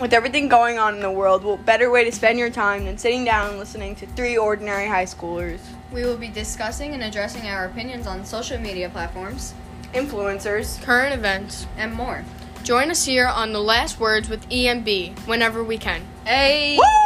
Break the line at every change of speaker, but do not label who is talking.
With everything going on in the world, what better way to spend your time than sitting down and listening to three ordinary high schoolers?
We will be discussing and addressing our opinions on social media platforms
Influencers.
current events.
and more.
Join us here on The Last Words with EMB E whenever we can.
Hey!
Woo!